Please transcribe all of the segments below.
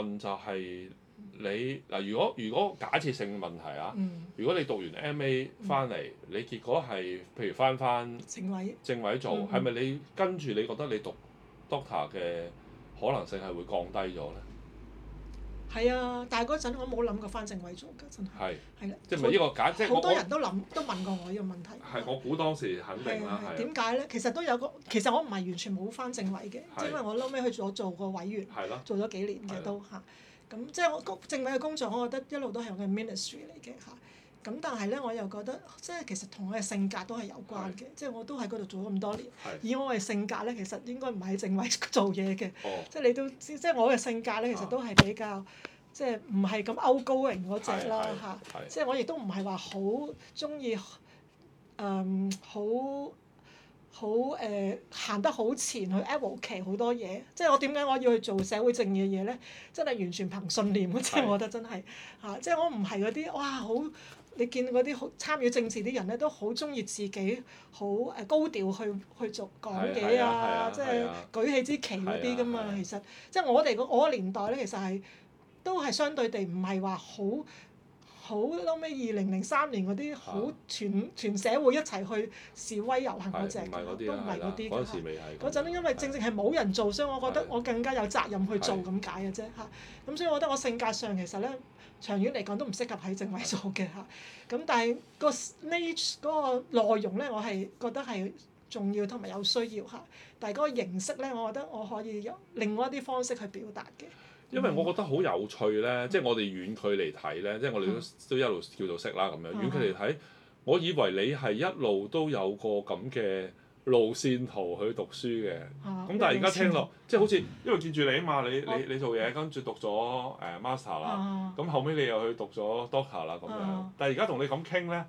係你嗱，如果如果假設性問題啊，嗯，如果你讀完 M.A. 翻嚟，你結果係譬如翻翻成位正位做，嗯係咪你跟住你覺得你讀 Doctor 嘅可能性係會降低咗咧？係啊，但係嗰陣我冇諗過翻正位做㗎，真係係，係啦。啊即係唔係呢個假？即係好我多我人都諗都問過我呢個問題。係我估當時肯定係啦啊，係啊點解咧？其實都有個，其實我唔係完全冇翻正位嘅，係因為我嬲尾去咗做個委員，係啦，做咗幾年係嘅啊都嚇。咁即係我個正位嘅工作，我覺得一路都係我嘅 ministry 嚟嘅嚇。咁但係咧，我又覺得即係其實同我嘅性格都係有關嘅，即係我都喺嗰度做咗咁多年。係以我嘅性格咧，其實應該唔係喺正位做嘢嘅，哦即係你都知，即係我嘅性格啊咧，其實都係比較即係唔係咁 outgoing 嗰只啦係嚇。係即係我亦都唔係話好中意誒好好誒行得好前去 advocate 好多嘢，即係我點解我要去做社會正義嘅嘢咧？真係完全憑信念嘅，即係係我覺得真係嚇、啊即係我唔係嗰啲哇好。你見嗰啲好參與政治啲人咧，都好中意自己好誒高調去去做講係嘢啊係啊啊，即係係啊舉起支旗嗰啲係啊噶係嘛啊。其實即係我哋個我個年代咧，其實係都係相對地唔係話好好後尾二零零三年嗰啲好啊全全社會一齊去示威遊行嗰係只，唔係嗰啲都唔啦係係啦嗰，啲嗰陣時㗎。未係咁嗰陣因為正正係冇人做，所以我覺係得我更加有責任去做係咁解嘅啫嚇。咁所以我覺得我性格上其實咧，長遠嚟講都唔適合喺政委做嘅嚇。咁但係個 nature 嗰個內容咧，我係覺得係重要同埋有需要嚇。但係嗰個形式咧，我覺得我可以有另外一啲方式去表達嘅。因為嗯我覺得好有趣咧，即係我哋遠距離睇咧，即係我哋都嗯都一路叫做識啦咁樣。嗯遠距離睇，我以為你係一路都有個咁嘅路線圖去讀書嘅。啊咁但係而家聽落，即係好似因為見住你啊嘛，你我你你做嘢，跟住讀咗誒 master 啦，啊咁後尾你又去讀咗 doctor 啦咁樣啊。但係而家同你咁傾咧，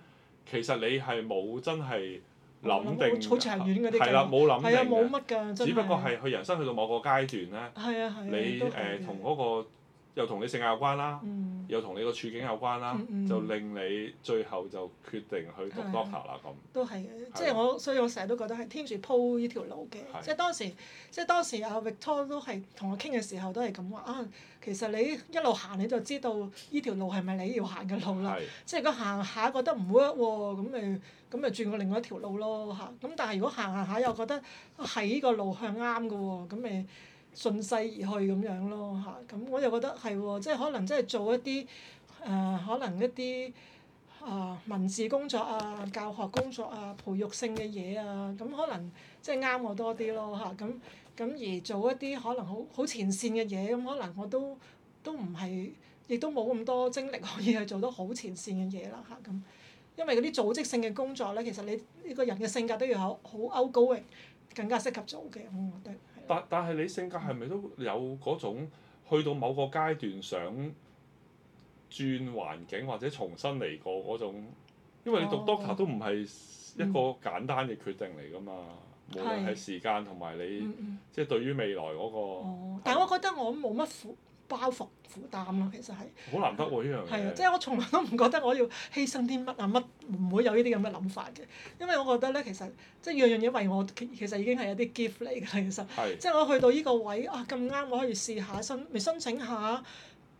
其實你係冇真係諗哦冇定，好長遠嗰啲係啦，計劃冇諗係啊，定冇嘅，乜㗎，真係。只不過係佢人生去到某個階段咧。係啊係啊，你都誒係嘅同嗰個又同你性格有關啦，嗯又同你個處境有關啦嗯，嗯就令你最後就決定去讀係 doctor 啦咁。都係嘅，即係係啊我，所以我成日都覺得係天主鋪呢條路嘅係。即係當時，即係當時阿 Victor 都係同我傾嘅時候都係咁話啊，其實你一路行你就知道呢條路係咪你要行嘅路啦。係即係如果行下覺得唔 work 喎，咁咪咁咪轉過另外一條路咯嚇。咁但係如果行行下又覺得啊係呢個路向啱嘅喎，咁咪順勢而去咁樣咯嚇。咁我又覺得係喎，即係可能即係做一啲誒、呃可能一啲。啊，文字工作啊、教學工作啊、培育性嘅嘢啊，咁可能即係啱我多啲咯嚇。咁、咁而做一啲可能好好前線嘅嘢，啊咁可能我都都唔係，亦都冇咁多精力可以去做到好前線嘅嘢啦嚇咁。因為嗰啲組織性嘅工作咧，其實你呢個人嘅性格都要好好 outgoing，更加適合做嘅，我覺得係啦。但但係你性格係咪都有嗰種去到某個階段想轉環境或者重新嚟過嗰種？因為你讀哦嗯 doctor 都唔係一個簡單嘅決定嚟㗎嘛，無論係係時間同埋你嗯嗯。即係對於未來嗰個哦，但我覺得我冇乜負包袱負擔啦，其實係。好難得喎呢樣係啊，嘢。即係我從來都唔覺得我要犧牲啲乜啊乜，唔會有呢啲咁嘅諗法嘅。因為我覺得咧，其實即係樣樣嘢為我其其實已經係一啲 gift 嚟㗎啦，其實。係即係我去到呢個位啊，咁啱我可以試下申，咪申請下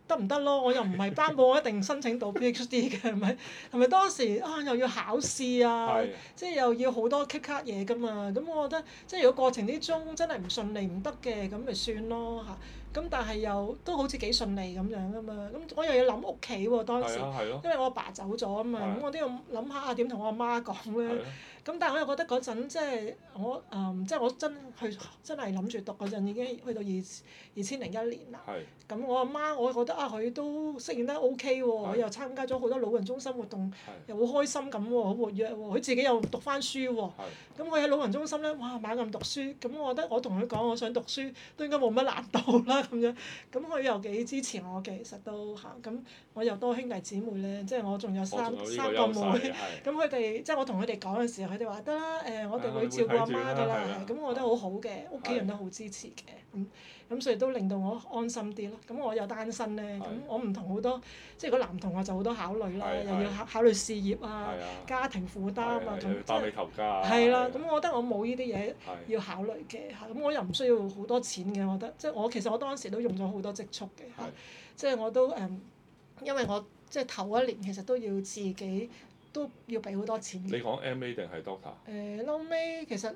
得唔得咯？我又唔係擔保我一定申請到 PhD 嘅，係咪？係咪當時啊又要考試啊，係即係又要好多 kick 卡嘢㗎嘛？咁我覺得即係如果過程之中真係唔順利唔得嘅，咁咪算咯嚇。咁但係又都好似幾順利咁樣啊嘛。咁我又要諗屋企喎當時係，啊係咯因為我阿爸走咗啊嘛，係咁我都要諗下啊點同我阿媽講咧係。咯。咁但係我又覺得嗰陣即係我誒、嗯即係我真去真係諗住讀嗰陣已經去到二二千零一年啦。係咁我阿媽，我覺得啊，佢都適應得 O K 喎，係佢又參加咗好多老人中心活動，係又好開心咁喎，好活躍喎，佢自己又讀翻書喎。係咁佢喺老人中心咧，哇猛咁讀書，咁我覺得我同佢講我想讀書都應該冇乜難度啦咁樣，咁佢又幾支持我嘅，其實都嚇，咁我又多兄弟姊妹咧，即係我仲有我三仲有呢三個個優妹勢，。係咁佢哋即係我同佢哋講嘅時候，佢哋話得啦，誒、我哋啊會會照顧阿睇住媽啦㗎係啦啊，咁我覺得好好嘅，屋企人都好支持嘅，咁咁所以都令到我安心啲咯。咁我又單身咧，咁係我唔同好多，即係如果男同學就好多考慮啦，係又要係考考慮事業啊、係啊，家庭負擔係啊啊，咁，又要即包尾係求家啊。係啦。係咁我覺得我冇呢啲嘢係要考慮嘅嚇，咁我又唔需要好多錢嘅，我覺得即係我其實我當當時都用咗好多積蓄嘅嚇係，即係我都誒、嗯因為我即係頭一年其實都要自己都要俾好多錢你嘅。講 M A 定係 Doctor？誒後尾其實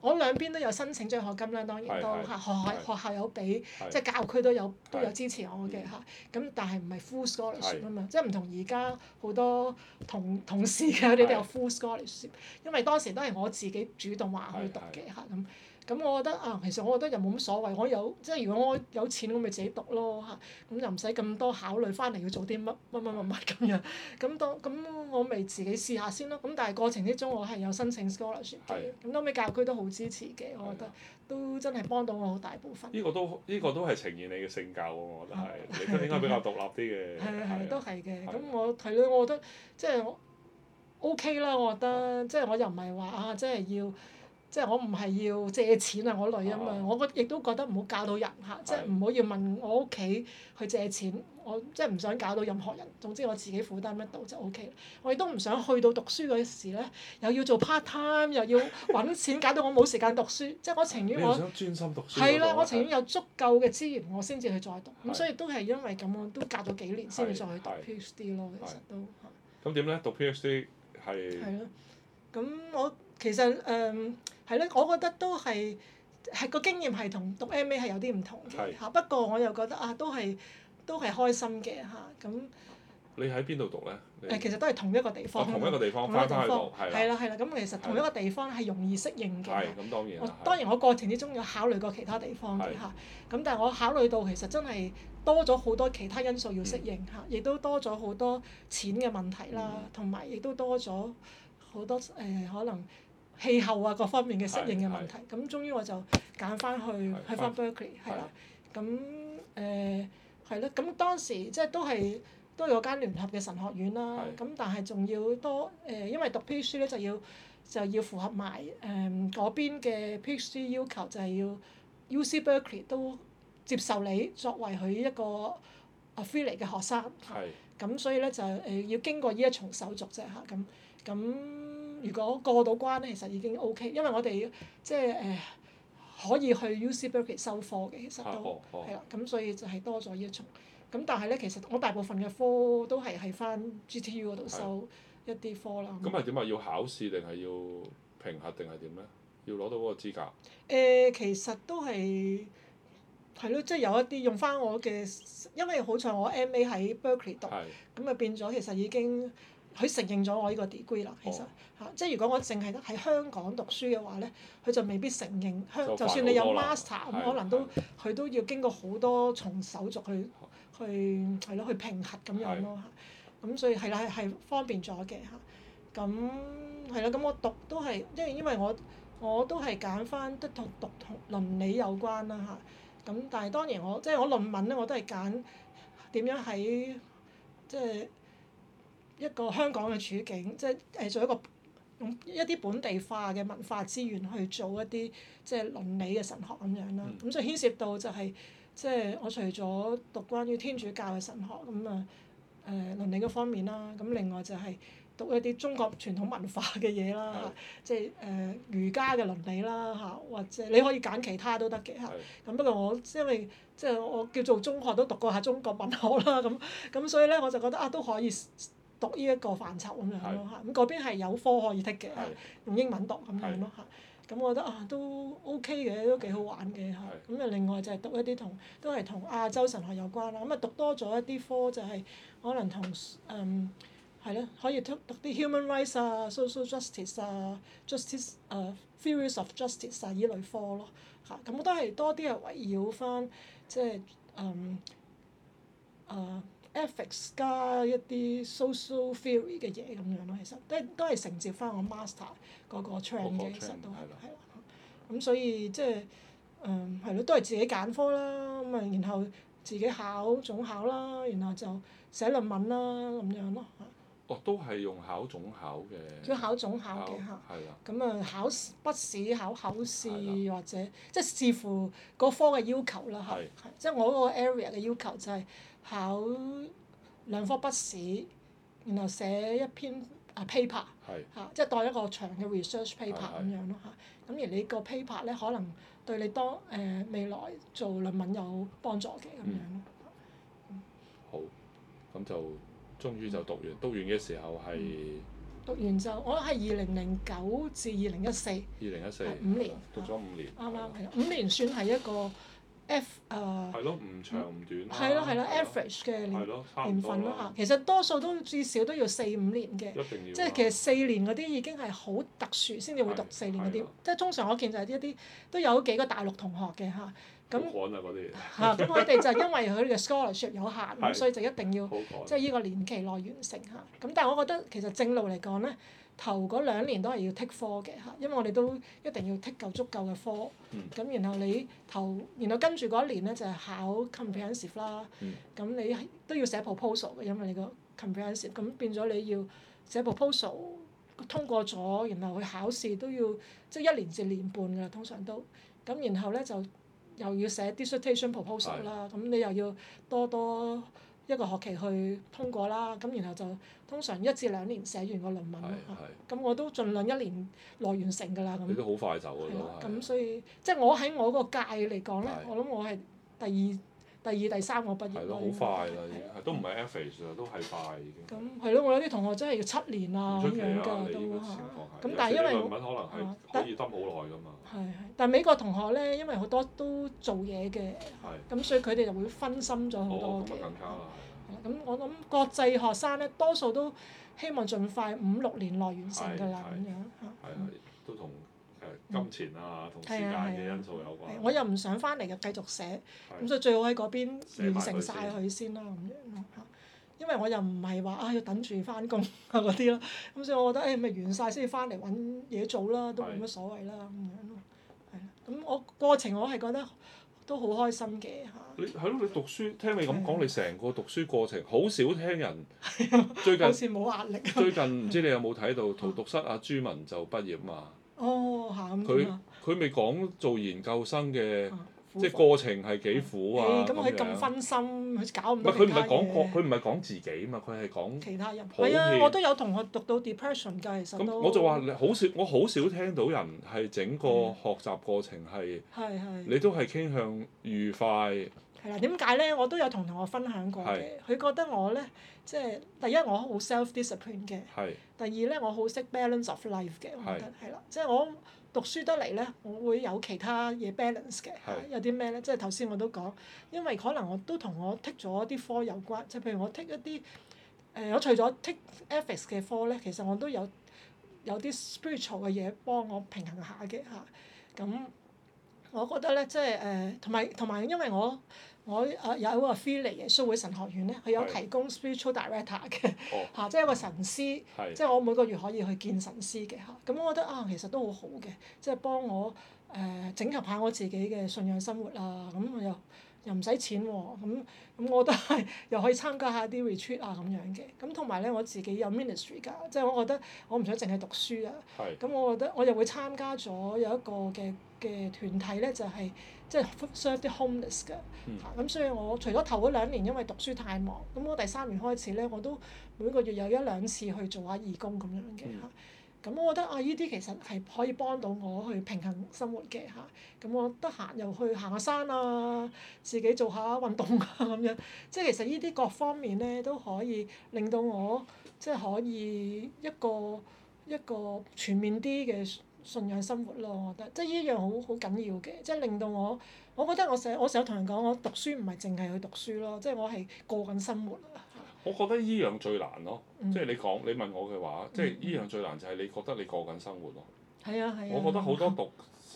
我兩邊都有申請獎學金啦，當然係都係嚇學校學校有俾，係即係教育區都有都係有支持我嘅嗯嚇。咁但係唔係 full scholarship 係啊嘛，即係唔同而家好多同同事嘅佢哋都有係 full scholarship，因為當時都係我自己主動話去讀嘅嚇咁。咁我覺得啊，其實我覺得又冇乜所謂，我有即係如果我有錢，我咪自己讀咯嚇，咁就唔使咁多考慮翻嚟要做啲乜乜乜乜乜咁樣。咁當咁我咪自己試下先咯。咁但係過程之中我係有申請 scholarship 係，嘅啊咁後尾教育區都好支持嘅，我覺得都真係幫到我好大部分。呢個都呢個都係呈現你嘅性格喎，我覺得係啊你都應該比較獨立啲嘅。 係係啊係都係嘅。係咁我係咯，我覺得即係我 OK 啦，我覺得即係我又唔係話啊，即係要即係我唔係要借錢啊嗰類啊嘛。啊我覺亦都覺得唔好教到人嚇，即係唔好要問我屋企去借錢，我即係唔想搞到任何人。總之我自己負擔得到就 OK 啦。我亦都唔想去到讀書嗰時咧，又要做 part time，又要揾錢，搞到我冇時間讀書。即係我情願你我又。想專心讀書嗰度啊。係啦，我情願有足夠嘅資源，我先至去再讀。咁係所以都係因為咁，我都隔咗幾年先至再去讀係 PhD 咯。其實都嚇咁點咧？讀 PhD 係係咯。咁我其實誒係咧，我覺得都係係個經驗係同讀 MA 係有啲唔同嘅係嚇。不過我又覺得啊，都係都係開心嘅嚇。咁你喺邊度讀咧？你誒其實都係同一個地哦方，同一個地方同一個翻地返去方讀係啦，啦係啦。咁其實同一個地方係容易適應嘅。係咁當然我啦。係當然我過程之中有考慮過其他地方嘅係嚇，咁但係我考慮到其實真係多咗好多其他因素要適應嚇，亦都多咗好多錢嘅問題啦嗯，同埋亦都多咗好多誒、可能氣候啊各方面嘅適應嘅問題。咁終於我就揀翻去係去翻 Berkeley 係啦，咁誒係咯，咁當時即係都係。都有間聯合嘅神學院啦，係咁但係仲要多誒、因為讀 PhD 咧就要就要符合埋誒嗰邊嘅 PhD 要求，就係要 UC Berkeley 都接受你作為佢一個 affiliate 嘅學生。係咁所以咧就誒、要經過呢一重手續啫嚇，咁咁如果過到關咧，其實已經 O、k 因為我哋即係誒、可以去 UC Berkeley 收科嘅，其實啊都。哦哦係啦，咁所以就係多咗呢一重。咁但係咧，其實我大部分嘅科都係喺翻 GTU 嗰度收一啲科啦。咁係點啊？要考試定係要評核定係點咧？要攞到嗰個資格。誒、其實都係係咯，即係有一啲用翻我嘅，因為好彩我 MA 喺 Berkeley 讀，係咁啊變咗其實已經佢承認咗我呢個 degree 啦。其實嚇、哦即係如果我淨係得喺香港讀書嘅話咧，佢就未必承認香，就煩算你有好多啦 master 咁，係可能都係佢都要經過好多重手續去去係咯，去平衡咁樣咯嚇。咁所以係啦，係係方便咗嘅嚇。咁係啦，咁我讀都係，因為因為我我都係揀翻都同讀同倫理有關啦嚇。咁但係當然我即係我論文咧，我都係揀點樣喺即係一個香港嘅處境，即係誒做一個用一啲本地化嘅文化資源去做一啲即係倫理嘅神學咁樣啦。咁、所以牽涉到就係、即係我除咗讀關於天主教嘅神學咁啊誒倫理嗰方面啦，咁另外就係讀一啲中國傳統文化嘅嘢啦係嚇，即係誒、儒家嘅倫理啦嚇，或者你可以揀其他都得嘅嚇。係咁不過我因為即係我叫做中學都讀過下中國文學啦，咁咁所以咧我就覺得啊都可以讀呢一個範疇咁樣咯嚇。咁嗰邊係有科可以剔嘅，係用英文讀咁樣咯嚇。咁我覺得啊都 OK 嘅，都幾好玩嘅嚇。咁啊另外就係讀一啲同都係同亞洲神學有關啦。咁啊讀多咗一啲科就係可能同誒係咯，可以讀讀啲 human rights 啊、social justice 啊、justice 誒、theories of justice 啊依類科咯嚇。咁我都係多啲係圍繞翻即係嗯誒誒。ethics 啊加一啲 social theory 嘅嘢咁樣咯，其實都係都係承接翻我 master 嗰個 trend 嗰個嘅，其實 trend，都係係啦係啦。咁所以即係誒係咯，都係自己揀科啦，咁啊然後自己考總考啦，然後就寫論文啦咁樣咯嚇。哦，都係用考總考主要嘅。考總考嘅嚇。係啦。咁啊，考試筆試、考口係試或者即係視乎個科嘅要求啦嚇，係係即係我嗰個 area 嘅要求就係考兩科筆試，然後寫一篇啊 paper 係嚇，即係當一個長嘅 research paper 係咁樣咯嚇。咁而你個 paper 咧，可能對你當誒、呃未來做論文有幫助嘅咁嗯樣咯。好，咁就終於就讀完，讀完嘅時候係嗯讀完就我係二零零九至二零一四，啱二零一四，係五年讀咗五年，啱係五年算係一個 F 誒、呃係咯，唔長唔短啦，係咯係咯係 average 嘅啊係年咯，差唔年多份咯嚇。其實多數都至少都要四五年嘅。一定要啦，啊即係其實四年嗰啲已經係好特殊先至會讀係四年嗰係啲啊，即係通常我見就係一啲都有幾個大陸同學嘅嚇，咁好趕啊嗰啲嚇咁佢哋就因為佢哋嘅 scholarship 有限，係咁所以就一定要嘢，好趕，即係呢個年期內完成嚇。咁但係我覺得其實正路嚟講咧，頭嗰兩年都係要剔科嘅嚇，因為我哋都一定要剔夠足夠嘅科嗯。咁、然後你頭，然後跟住嗰一年咧就係、考 comprehensive 啦。嗯咁、你都要寫 proposal 嘅，因為你個 comprehensive 咁變咗你要寫 proposal 通過咗，然後去考試都要即係一年至年半㗎啦，通常都。咁然後咧就又要寫 dissertation proposal 係啦，咁你又要多多一個學期去通過啦，咁然後就通常一至兩年寫完個論文係啦嚇係，咁我都盡量一年內完成㗎啦，你咁都好快走啊係啦，都咁係，所以即係我喺我個界嚟講咧係，我諗我係第二、第二、第三個畢業係咯咯，好應該快啦已經，係都唔係 average 啦，都係快已經。咁係咯，我有啲同學真係要七年啊唔咁出奇樣啊！你㗎呢都個嚇情況，係，有咁但係時因為啲論我文可能係啊可以揼好耐㗎嘛，係係，但係美國同學咧，因為好多都做嘢嘅，係。咁所以佢哋就會分心咗好哦，多咁啊嘅。更加啦，係啦咁我諗國際學生咧，多數都希望盡快五六年內完成㗎啦，係咁樣嚇。係係都同誒金錢啊、同時間嘅因素有嗯係啊關。我又唔想翻嚟嘅，繼續寫，係咁所以最好喺嗰邊完成寫晒埋佢先啦，咁樣咯嚇。因為我又唔係話啊要等住翻工啊嗰啲咯，咁所以我覺得誒咪、完晒先至翻嚟揾嘢做啦，都冇乜所謂啦咁樣咯，係啦。咁我過程我係覺得都好開心嘅嚇。你係咯，你讀書聽你咁講，你成個讀書過程好少聽 人。最好近似冇壓力。最近唔知你有冇睇到 圖讀室阿朱文就畢業嘛？哦，嚇咁佢點啊？佢咪講做研究生嘅，啊苦即係苦過程係幾苦啊誒咁咁佢咁樣。分心，佢搞唔咁係多佢其唔他係講嘢個，佢唔係講自己嘛，佢係講。其他人普遍係啊，我都有同學讀到 depression 㗎，其實咁都我就話你好少，我好少聽到人係整個學習過程係係係你都係傾向愉快，係啦。點解咧？我都有同同學分享過嘅，佢覺得我咧即係第一我好 self discipline 嘅，係第二咧我好識 balance of life 嘅，我覺得係啦，即係我。讀書得嚟咧，我會有其他嘢 balance 嘅係。有啲咩咧？即係頭先我都講，因為可能我都同我剔咗啲科有關，即係譬如我剔一啲誒、呃我除咗剔 ethics 嘅科咧，其實我都有有啲 spiritual 嘅嘢幫我平衡下嘅嚇。咁我覺得咧，即係誒，同埋同埋，因為我我誒有一個 affiliate 嘅蘇會神學院咧，佢有係提供 spiritual director 嘅哦嚇、即係一個神師。係即係我每個月可以去見神師嘅嚇，咁我覺得啊，其實都好好嘅，即係幫我誒、整合下我自己嘅信仰生活啊，咁我又又唔使錢喎、咁咁我覺得係 又可以參加下啲 retreat 啊咁樣嘅，咁同埋咧我自己有 ministry 㗎，即係我覺得我唔想淨係讀書啊，係咁我覺得我又會參加咗有一個嘅嘅團體咧，就係、即係 serve 啲 homeless 嘅嗯嚇。咁、所以我除咗頭嗰兩年因為讀書太忙，咁我第三年開始咧，我都每個月有一兩次去做下義工咁樣嘅嗯嚇。咁、我覺得啊，呢啲其實係可以幫到我去平衡生活嘅嚇。咁我得閒又去行下山啊，自己做下運動啊咁樣。即係其實呢啲各方面咧都可以令到我即係可以一個一個全面啲嘅信仰生活咯。我覺得即係呢樣好好緊要嘅，即係令到我，我覺得我成日我成日同人講，我讀書唔係淨係去讀書咯，即係我係過緊生活啊。我覺得依樣最難咯，嗯即係你講你問我嘅話，即係依樣最難就係你覺得你過緊生活咯。係啊係啊。我覺得好多讀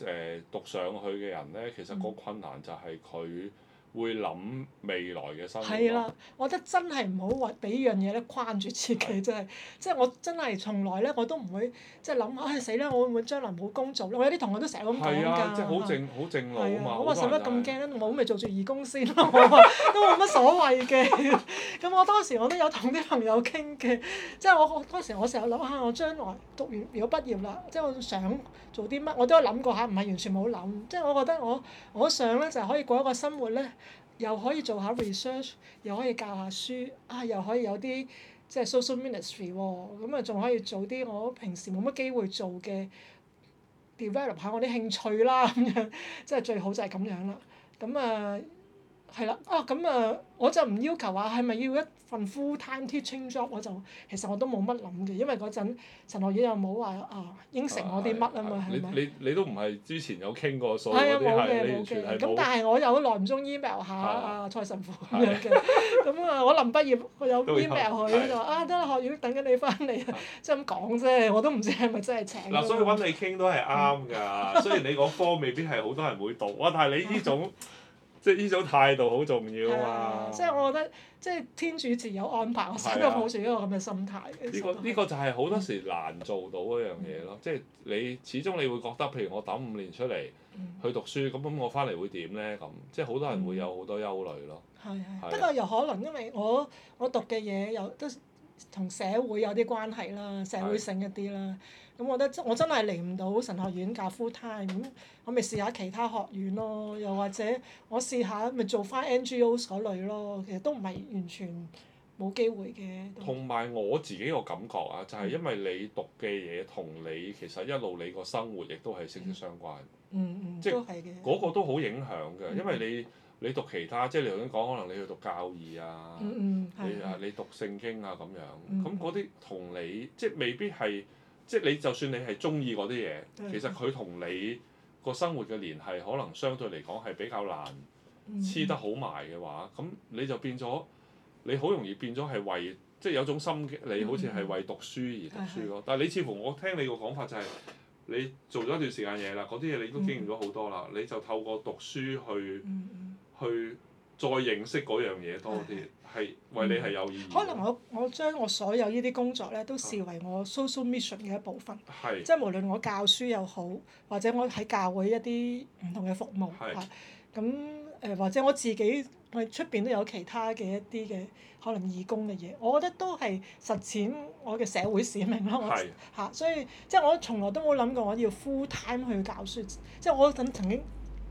誒、讀上去嘅人咧，其實個困難就係佢會諗未來嘅生活係咯。啦，我覺得真係唔好話俾呢樣嘢咧框 住自己，真係，即係我真係從來咧我都唔會即係諗，唉死啦！我會唔會將來冇工做咧？我有啲同學都成日咁講㗎。係啊，即係好正好正路係啊啊，嘛。我話使好多乜人咁就係？驚咧？冇咪做住義工先咯，我話都冇乜所謂嘅。咁我當時我都有同啲朋友傾嘅，即係我我當時我成日諗下，我將來讀完如果畢業啦，即係我想做啲乜，我都有諗過下，唔係完全冇諗。即係我覺得我我想咧就係可以過一個生活咧，誒、又可以做下 research，又可以教下書，啊又可以有啲即係 social ministry 喎、咁啊仲可以做啲我平時冇乜機會做嘅 develop 下我啲興趣啦，咁樣即係最好就係咁樣啦。咁啊係啦，啊咁啊我就唔要求話係咪要一份 full time teaching job，我就其實我都冇乜諗嘅，因為嗰陣神學院又冇話啊應承我啲乜啊嘛，你係咪？你你都唔係之前有傾過，所以係嗰啲係啊，冇嘅你冇完全係嘅。咁冇。但係我有耐唔中 email 下啊啊蔡神父咁樣嘅。 咁啊，我臨畢業我有都有 email 佢，係佢就話啊得啦，學院等緊你翻嚟啊啊，即係咁講啫，我都唔知係咪真係請㗎嗱，所以揾你傾都係啱㗎。 雖然你嗰科未必係好多人會讀，哇！但係你呢種即係呢種態度好重要係啊啊嘛。即係我覺得即係天主自有安排，我成日係都啊抱住一個咁嘅心態。呢個呢個就係好多時難做到一樣嘢咯，即係你始終你會覺得，譬如我等五年出嚟嗯去讀書，咁咁我翻嚟會點咧？咁即係好多人會有好多憂慮咯。係係啊係，不過又可能因為我我讀嘅嘢又都同社會有啲關係啦，社會性一啲啦。咁我覺得我真係嚟唔到神學院教 full time，咁我咪試下其他學院咯，又或者我試下咪做翻 NGOs 嗰類咯。其實都唔係完全冇機會嘅。都同埋我自己個感覺啊，就係嗯因為你讀嘅嘢同你其實一路你個生活亦都係息息相關，嗯嗯，即係都係嘅。嗰個都好影響嘅，因為你你讀其他，即係你頭先講，可能你去讀教義啊，嗯嗯你啊係。你讀聖經啊咁樣，嗯咁嗰啲同你即係未必係，即係你就算你係中意嗰啲嘢，對其實佢同你個生活嘅聯繫可能相對嚟講係比較難嗯黐得好埋嘅話，咁你就變咗你好容易變咗係為即係有種心嘅你好似係為讀書而讀書嗯咯。但係你似乎我聽你個講法就係、你做咗一段時間嘢啦，嗰啲嘢你都經驗咗好多啦，你就透過讀書去嗯嗯去再認識嗰樣嘢多啲，係為你係有意義嘅。嗯可能我我將我所有呢啲工作咧，都視為我 social mission 嘅一部分。係即係無論我教書又好，或者我喺教會一啲唔同嘅服務係嚇，咁誒、或者我自己我出邊都有其他嘅一啲嘅可能義工嘅嘢，我覺得都係實踐我嘅社會使命咯。我係嚇、所以即係我從來都冇諗過我要 full time 去教書，即係我嗰陣曾經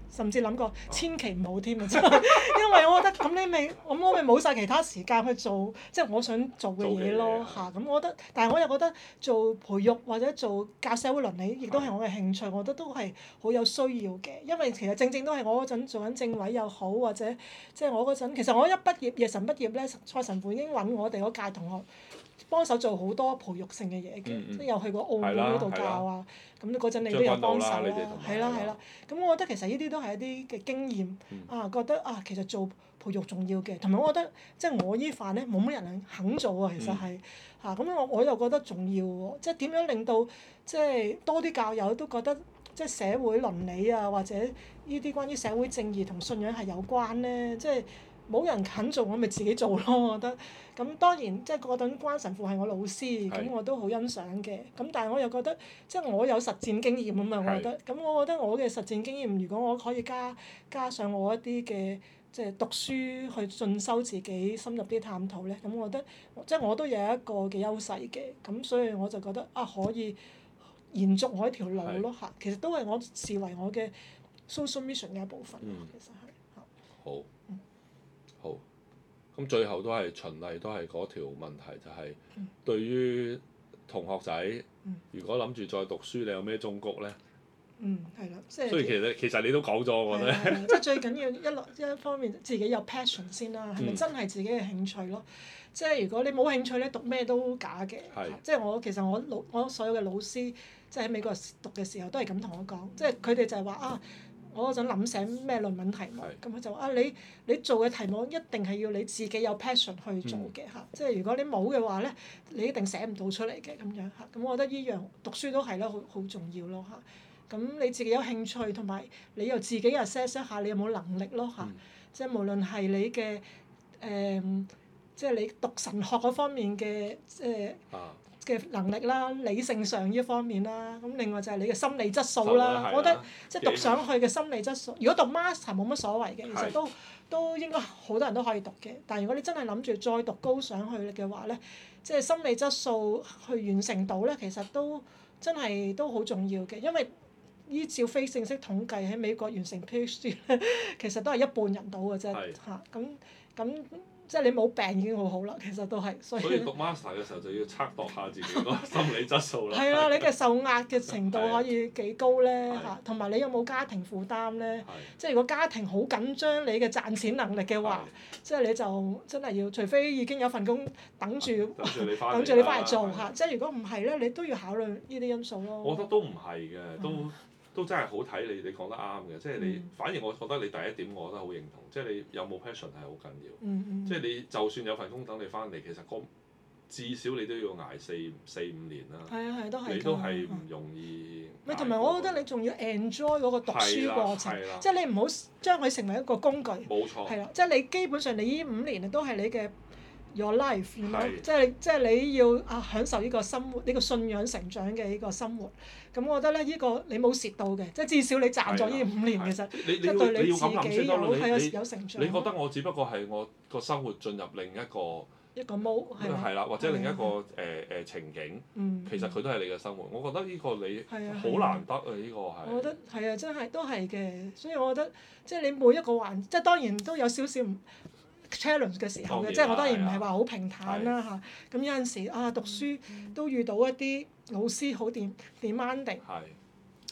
甚至諗過千祈唔好添啊，真 係因為我覺得咁你咪咁我咪冇晒其他時間去做即係我想做嘅嘢咯做啊嚇，咁、我覺得，但係我又覺得做培育或者做教社會倫理，亦都係我嘅興趣，我覺得都係好有需要嘅，因為其實正正都係我嗰陣做緊政委又好，或者即係我嗰陣其實我一畢業夜神畢業咧，蔡神父已經揾我哋嗰屆同學。幫手做好多培育性嘅嘢嘅，嗯嗯即係又去過澳係門啦嗰度教啊，咁嗰陣你都有幫手將軍澳啦啦你哋同，埋係啦係啦。咁我覺得其實呢啲都係一啲嘅經驗、嗯啊，覺得啊其實做培育重要嘅，同埋我覺得即係我依份咧冇乜人肯做啊，其實嗯係嚇咁我我又覺得重要喎，即係點樣令到即係多啲教友都覺得即係社會倫理啊，或者呢啲關於社會正義同信仰係有關咧，即係。冇人肯做，我咪自己做咯。我覺得咁當然，即係嗰陣關神父係我老係師，咁我都好欣賞嘅。咁但係我又覺得，即係我有實踐經驗啊嘛，我覺得。咁我覺得我嘅實踐經驗，如果我可以加加上我一啲嘅即係讀書去進修自己深入啲探討咧，咁我覺得即係我都有一個嘅優勢嘅。咁所以我就覺得啊，可以延續我一條路咯嚇。其實都係我視為我嘅 social mission 嘅一部分，嗯其實係嚇。好嗯，好。咁最後都係循例，都係嗰條問題，就係、嗯對於同學仔嗯，如果諗住再讀書，你有咩忠告咧？嗯，係啦，即係。雖然其實其實你都講 咗，我覺係得啊係啊即係最緊要一來一方面自己有 passion 先啦，係咪嗯真係自己嘅興趣咯？即係如果你冇興趣咧，讀咩都假嘅係。即係我其實我老我所有嘅老師，即係喺美國讀嘅時候都係咁同我講，即係佢哋就係話啊。我嗰陣諗寫咩論文題目，係咁佢就話啊你你做嘅題目一定係要你自己有 passion 去做嘅嚇，即係如果你冇嘅話咧，你一定寫唔到出嚟嘅咁樣嚇。咁我覺得呢樣讀書都係啦，好好重要咯嚇。咁你自己有興趣，同埋你又自己 assess 一下你有冇能力咯嚇。嗯即係無論係你嘅誒、即係你讀神學嗰方面嘅即係啊，嘅能力啦，理性上呢方面啦。咁另外就係你嘅心理質素係啊啦。我覺得即係幾讀上去嘅心理質素，如果讀 master 冇乜所謂嘅，其係實都都應該好多人都可以讀嘅。但係如果你真係諗住再讀高上去嘅話咧，即係心理質素去完成到咧，其實都真係都好重要嘅，因為依照非正式統計喺美國完成 PhD 咧， 其實都係一半人到嘅啫係嚇。咁咁即係你冇病已經好好啦，其實都係，所以所以讀 master 嘅時候就要測度下自己 嗰個心理質素啦。係啦，你嘅受壓嘅程度 係可以幾高咧係嚇，同埋你有冇家庭負擔咧？係即係如果家庭好緊張你嘅賺錢能力嘅話，即係你就真係要，除非已經有份工等住係等啊住你翻嚟啦，等住你翻嚟做係嚇。即係如果唔係咧，你都要考慮呢啲因素咯。我覺得都唔係嘅，都嗯都真係好睇你，你講得啱嘅，即係你嗯反而我覺得你第一點我覺得好認同，即係你有冇 passion 係好緊要，嗯嗯，即係你就算有份工等你翻嚟，其實個至少你都要捱四四五年啦，係啊係都係㗎。嗯你都係唔容易捱過。咪同埋我覺得你仲要 enjoy 嗰個讀係書啦過程，係啦即係你唔好將佢成為一個工具，冇錯，係啦，即係你基本上你呢五年啊都係你嘅 your life，you know，係即係即係你要啊享受呢個生活，呢、個信仰成長嘅呢個生活。咁我覺得咧，呢、個你冇蝕到嘅，即係至少你賺咗呢五年，係啦啊其實你即你要係對你你要自咁諗己先有得咯，你係有你有成長。你覺得我只不過係我個生活進入另一個一個毛係咪？係啦，或者另一個係誒誒情景，嗯，其實佢都係你嘅生活。我覺得呢個你係啊好係啊難得啊！呢個係。我覺得係啊，真係都係嘅，所以我覺得即係你每一個環，即係當然都有少少唔 challenge 嘅時候當然啦嘅，即係我當然唔係啊係話好平坦啦嚇。咁有陣時啊，讀書都遇到一啲老師好 dem- demanding，係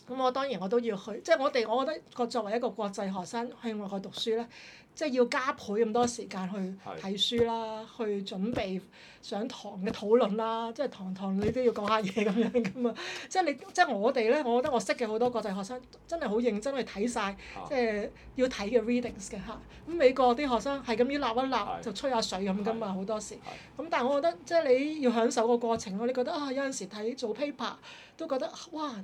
咁我當然我都要去，即係我哋我覺得個作為一個國際學生去外國讀書咧，即係要加倍咁多時間去係睇書啦，去準備上堂嘅討論啦，即係堂堂你都要講下嘢咁樣噶嘛。即係你即係我哋咧，我覺得我識嘅好多國際學生真係好認真去睇晒，啊即係要睇嘅 readings 嘅嚇。咁美國啲學生係咁要立一係立就吹下水咁噶嘛，係好多時。係。咁但係我覺得即係你要享受個過程咯。你覺得啊有陣時睇做 paper 都覺得哇，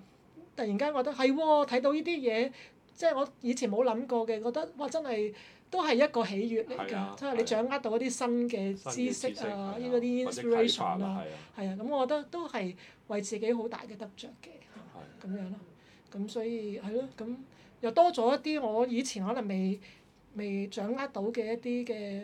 突然間覺得係喎，睇到呢啲嘢，即係我以前冇諗過嘅，覺得哇真係都係一個喜悅嚟係啊㗎，即係你掌握到一啲新嘅知新識嘅啊，係呢嗰啲或者啟 inspiration 發啦，啊，係啊，係啊，咁我覺得都係為自己好大嘅得着嘅嚇係咁樣咯。咁所以係咯，咁又多咗一啲我以前可能未未掌握到嘅一啲嘅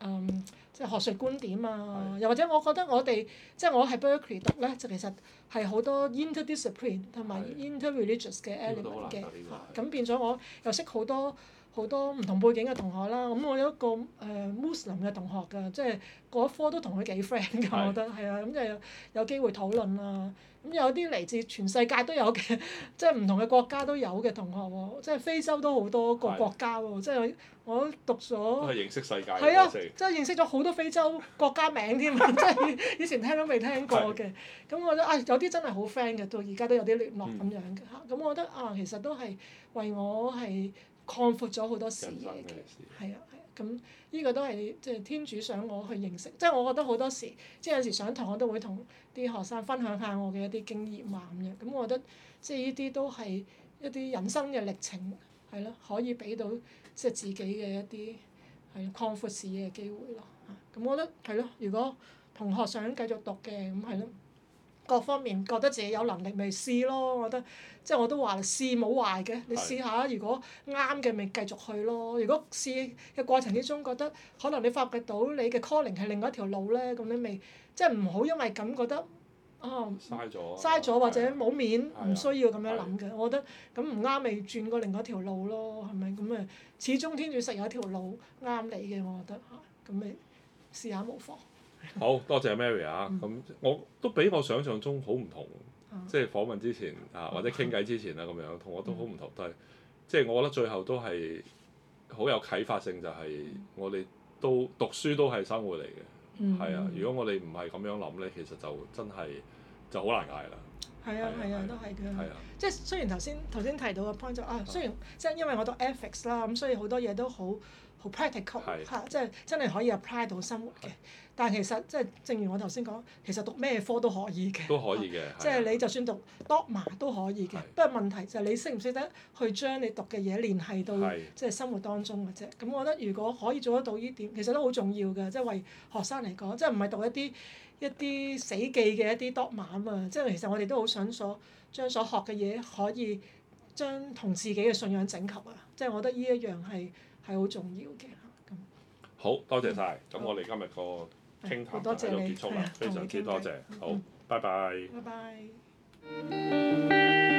嗯，即係學術觀點啊，又或者我覺得我哋即係我喺 Berkeley 讀咧，就其實係好多 interdiscipline 同埋係 interreligious 嘅呢個都好 element 難得嘅啊呢啊個係，咁變咗我又識好多好多唔同背景嘅同學啦。咁我有一個誒、呃 Muslim 嘅同學㗎，即係嗰一科都同佢幾 friend 係㗎，我覺得係啊，咁就有有機會討論啦。咁有啲嚟自全世界都有嘅，即係唔同嘅國家都有嘅同學喎，即係非洲都好多個係國家喎，即係我我讀咗都。係認識世界係嘅啊，過即程。係認識咗好多非洲國家 名添，即啊係以前聽都未聽過嘅。咁我覺得啊，有啲真係好 friend 嘅，到而家都有啲聯絡咁樣嘅嚇。咁我覺得啊，其實都係為我係擴闊咗好多視人野生嘅嘅。事，係啊，係啊，咁呢個都係即係天主想我去認識，即係我覺得好多時，即係有時上堂我都會同啲學生分享下我嘅一啲經驗啊咁樣，咁我覺得即係呢啲都係一啲人生嘅歷程，係咯，可以俾到即係自己嘅一啲係擴闊視野嘅機會咯。嚇咁我覺得係咯，如果同學想繼續讀嘅，咁係咯。各方面覺得自己有能力咪試咯，我覺得即係我都話啦試冇壞嘅，你係試下，如果啱嘅咪繼續去咯。如果試嘅過程之中覺得可能你發掘到你嘅 calling 係另外一條路咧，咁你咪即係唔好因為咁覺得啊嘥咗啊，嘥咗或者係啊冇面，係啊唔需要咁樣諗嘅。我覺得咁唔啱咪轉過另外一條路咯，係咪咁啊？始終天主實有一條路啱你嘅，我覺得啊嚇，咁咪試下無妨。好多謝 Mary 啊！嗯咁我都比我想象中好唔同，啊即係訪問之前啊，嗯或者傾偈之前啊，咁樣同我都好唔同，但係即係我覺得最後都係好有啟發性，就係我哋都讀書都係生活嚟嘅，嗯係啊！如果我哋唔係咁樣諗咧，其實就真係就好難捱啦，係啊係係啊啊，都係嘅。係啊，即係雖然頭先頭先提到嘅 point 就啊，雖然即係因為我讀 ethics 啦，咁所以好多嘢都好好 practical 係嚇，即係真係可以 apply 到生活嘅。但係其實即係正如我頭先講，其實讀咩科都可以嘅，都可以嘅，啊。係啊即係你就算讀 dogma 都可以嘅係，不過問題就係你識唔識得去將你讀嘅嘢聯繫到係即係生活當中嘅啫。咁我覺得如果可以做得到呢點，其實都好重要嘅，即係為學生嚟講，即係唔係讀一啲一啲死記嘅一啲 dogma 啊嘛。即係其實我哋都好想所將所學嘅嘢可以將同自己嘅信仰整合啊。即係我覺得呢一樣係係好重要嘅嚇。好多謝晒，咁好我哋今日個咁傾談嗯好就多喺謝度你，結束係啦啊，非常之多謝，好嗯，拜拜。拜拜。